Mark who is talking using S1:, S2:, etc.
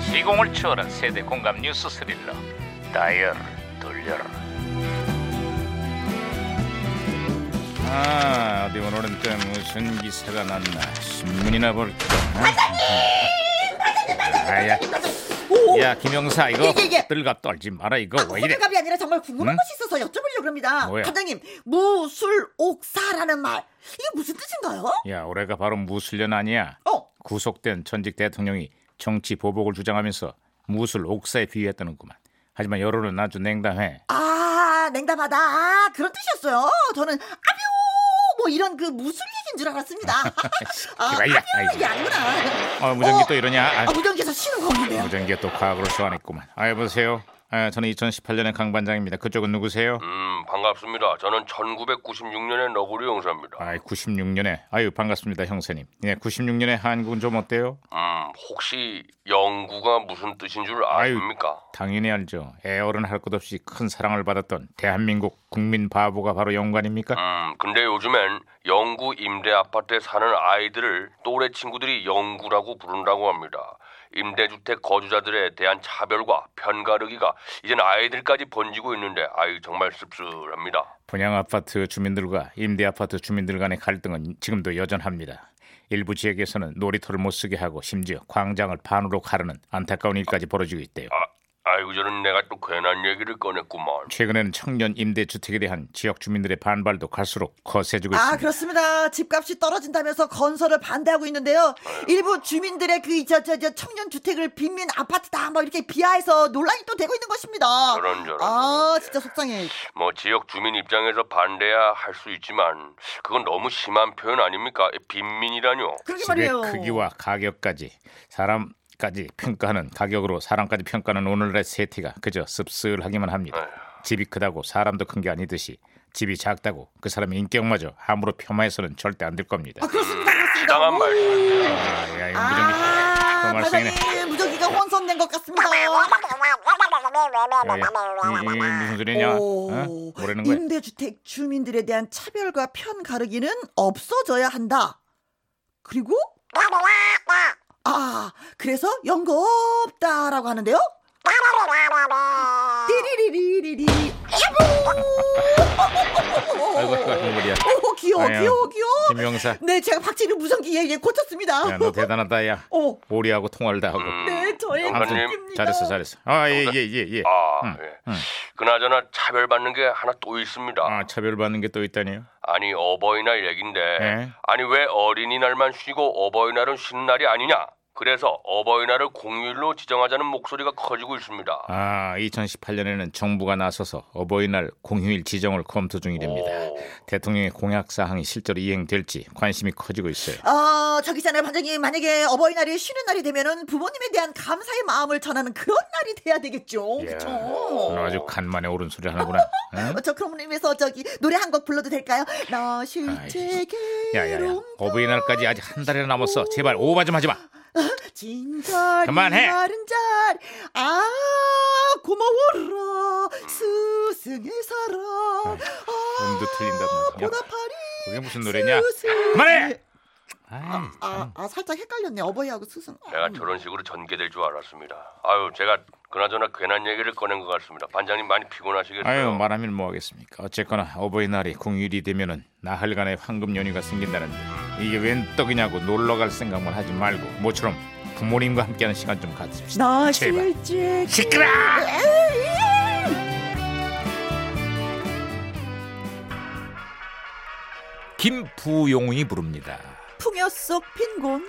S1: 시공을 초월한 세대 공감 뉴스 스릴러 다이얼 돌려라 아 어디 오늘은 또 무슨 기사가 났나 신문이나 볼까 반장님 반장님 야야 김영사 이거
S2: 예, 예, 예.
S1: 들갑 떨지 마라 이거 왜 이래
S2: 호들갑이 아니라 정말 궁금한
S1: 응?
S2: 것이 있어서 여쭤보려고 합니다.
S1: 뭐야?
S2: 감독님, 무술옥사라는 말 이게 무슨 뜻인가요?
S1: 야 올해가 바로 무술년 아니야
S2: 어,
S1: 구속된 전직 대통령이 정치 보복을 주장하면서 무술 옥사에 비유했다는구만 하지만 여론은 아주 냉담해
S2: 아 냉담하다 아, 그런 뜻이었어요. 저는 아뷰 뭐 이런 그 무술 얘기인 줄 알았습니다. 아,
S1: 시발, 야,
S2: 아뷰
S1: 아이고.
S2: 이게 아니구나.
S1: 어, 무전기
S2: 어,
S1: 또 이러냐? 아,
S2: 아, 무전기에서 신호가 오는데요.
S1: 무전기에 또 과거를 소환했구만. 아, 여보세요. 아, 저는 2018년의 강 반장입니다. 그쪽은 누구세요?
S3: 음 반갑습니다. 저는 1996년의 너구리 형사입니다.
S1: 아, 96년에 아유 반갑습니다, 형사님. 예, 96년에 한국은 좀 어때요?
S3: 음 혹시 영구가 무슨 뜻인 줄 아십니까?
S1: 당연히 알죠. 애어른 할 것 없이 큰 사랑을 받았던 대한민국 국민 바보가 바로 영관입니까?
S3: 음 근데 요즘엔 영구 임대 아파트에 사는 아이들을 또래 친구들이 영구라고 부른다고 합니다. 임대주택 거주자들에 대한 차별과 편가르기가 이젠 아이들까지 번지고 있는데 아이 정말 씁쓸합니다.
S1: 분양 아파트 주민들과 임대 아파트 주민들 간의 갈등은 지금도 여전합니다. 일부 지역에서는 놀이터를 못 쓰게 하고 심지어 광장을 반으로 가르는 안타까운 일까지 벌어지고 있대요.
S3: 아 아이고 저는 내가 또 괜한 얘기를 꺼냈구만.
S1: 최근에는 청년 임대 주택에 대한 지역 주민들의 반발도 갈수록 거세지고
S2: 아
S1: 있습니다.
S2: 그렇습니다. 집값이 떨어진다면서 건설을 반대하고 있는데요.
S1: 네.
S2: 일부 주민들의 그저저저 청년 주택을 빈민 아파트다 막 이렇게 비하해서 논란이 또 되고 있는 것입니다.
S3: 저런, 저런.
S2: 아 진짜 속상해.
S3: 뭐 지역 주민 입장에서 반대야 할 수 있지만 그건 너무 심한 표현 아닙니까? 빈민이라뇨.
S2: 그러게
S1: 집의
S2: 말이에요.
S1: 크기와 가격까지 사람까지 평가하는 가격으로 사람까지 평가하는 오늘날의 세태가 그저 씁쓸하기만 합니다. 집이 크다고 사람도 큰 게 아니듯이 집이 작다고 그 사람의 인격마저 함부로 폄하해서는 절대 안 될 겁니다.
S2: 아 그렇습니다. 그렇습니다.
S3: 당한 말.
S1: 아, 야, 이거 무전기
S2: 아
S1: 정말 세네.
S2: 과장님 무전기가 혼선된 것 같습니다.
S1: 야, 야, 이- 이 무슨 소리냐? 어? 뭐라는 거야?
S2: 임대주택 주민들에 대한 차별과 편 가르기는 없어져야 한다. 그리고 아 그래서 연겁다라고 하는데요. 띠리리리리리
S1: 아이고, 아이고, 머리야.
S2: 오 귀여워
S1: 아유.
S2: 귀여워 귀여워.
S1: 김영사,
S2: 네 제가 박진희 무전기 예, 예 고쳤습니다.
S1: 야, 너 대단하다, 야.
S2: 오,
S1: 오리하고 통화를 다 하고.
S2: 네 저의
S3: 아무튼
S2: 박진입니다.
S1: 음, 잘했어, 잘했어. 아, 예, 예, 예, 예.
S3: 음. 아, 예. 그나저나 차별받는 게 하나 또 있습니다.
S1: 아, 차별받는 게 또 있다니요?
S3: 아니 어버이날 얘긴데
S1: 예.
S3: 아니 왜 어린이날만 쉬고 어버이날은 쉬는 날이 아니냐? 그래서 어버이날을 공휴일로 지정하자는 목소리가 커지고 있습니다.
S1: 아, 2018년에는 정부가 나서서 어버이날 공휴일 지정을 검토 중이랍니다.
S3: 오.
S1: 대통령의 공약 사항이 실제로 이행될지 관심이 커지고 있어요.
S2: 어, 저기 있잖아요, 반장님. 만약에 어버이날이 쉬는 날이 되면은 부모님에 대한 감사의 마음을 전하는 그런 날이 돼야 되겠죠.
S1: 예.
S2: 그쵸?
S1: 오늘 아주 간만에 옳은 소리 하는구나. 응?
S2: 어, 저 그런 의미에서 저기 노래 한 곡 불러도 될까요? 나 실제
S1: 아, 야야야,
S2: 괴로움
S1: 어버이날까지 아직 한 달이나 남았어. 제발 오바 좀 하지 마.
S2: 진절
S1: 그만해.
S2: 마른 잘아 고마워라 스승의 사랑 아
S1: 음도 틀린다. 야,
S2: 보나파리
S1: 그게 무슨 노래냐?
S2: 스승.
S1: 그만해. 아이,
S2: 아, 아 살짝 헷갈렸네 어버이하고 스승
S3: 내가 저런 식으로 전개될 줄 알았습니다. 아유, 제가 그나저나 괜한 얘기를 꺼낸 것 같습니다. 반장님 많이 피곤하시겠어요.
S1: 아유 말하면 뭐하겠습니까. 어쨌거나 어버이날이 공휴일이 되면은 나흘간의 황금 연휴가 생긴다는데 이게 웬 떡이냐고 놀러 갈 생각만 하지 말고 모처럼 부모님과 함께하는 시간 좀 가집시다.
S2: 나
S1: 제발.
S2: 실제
S1: 시끄러! 김부용이 부릅니다.
S2: 풍요 속 빈곤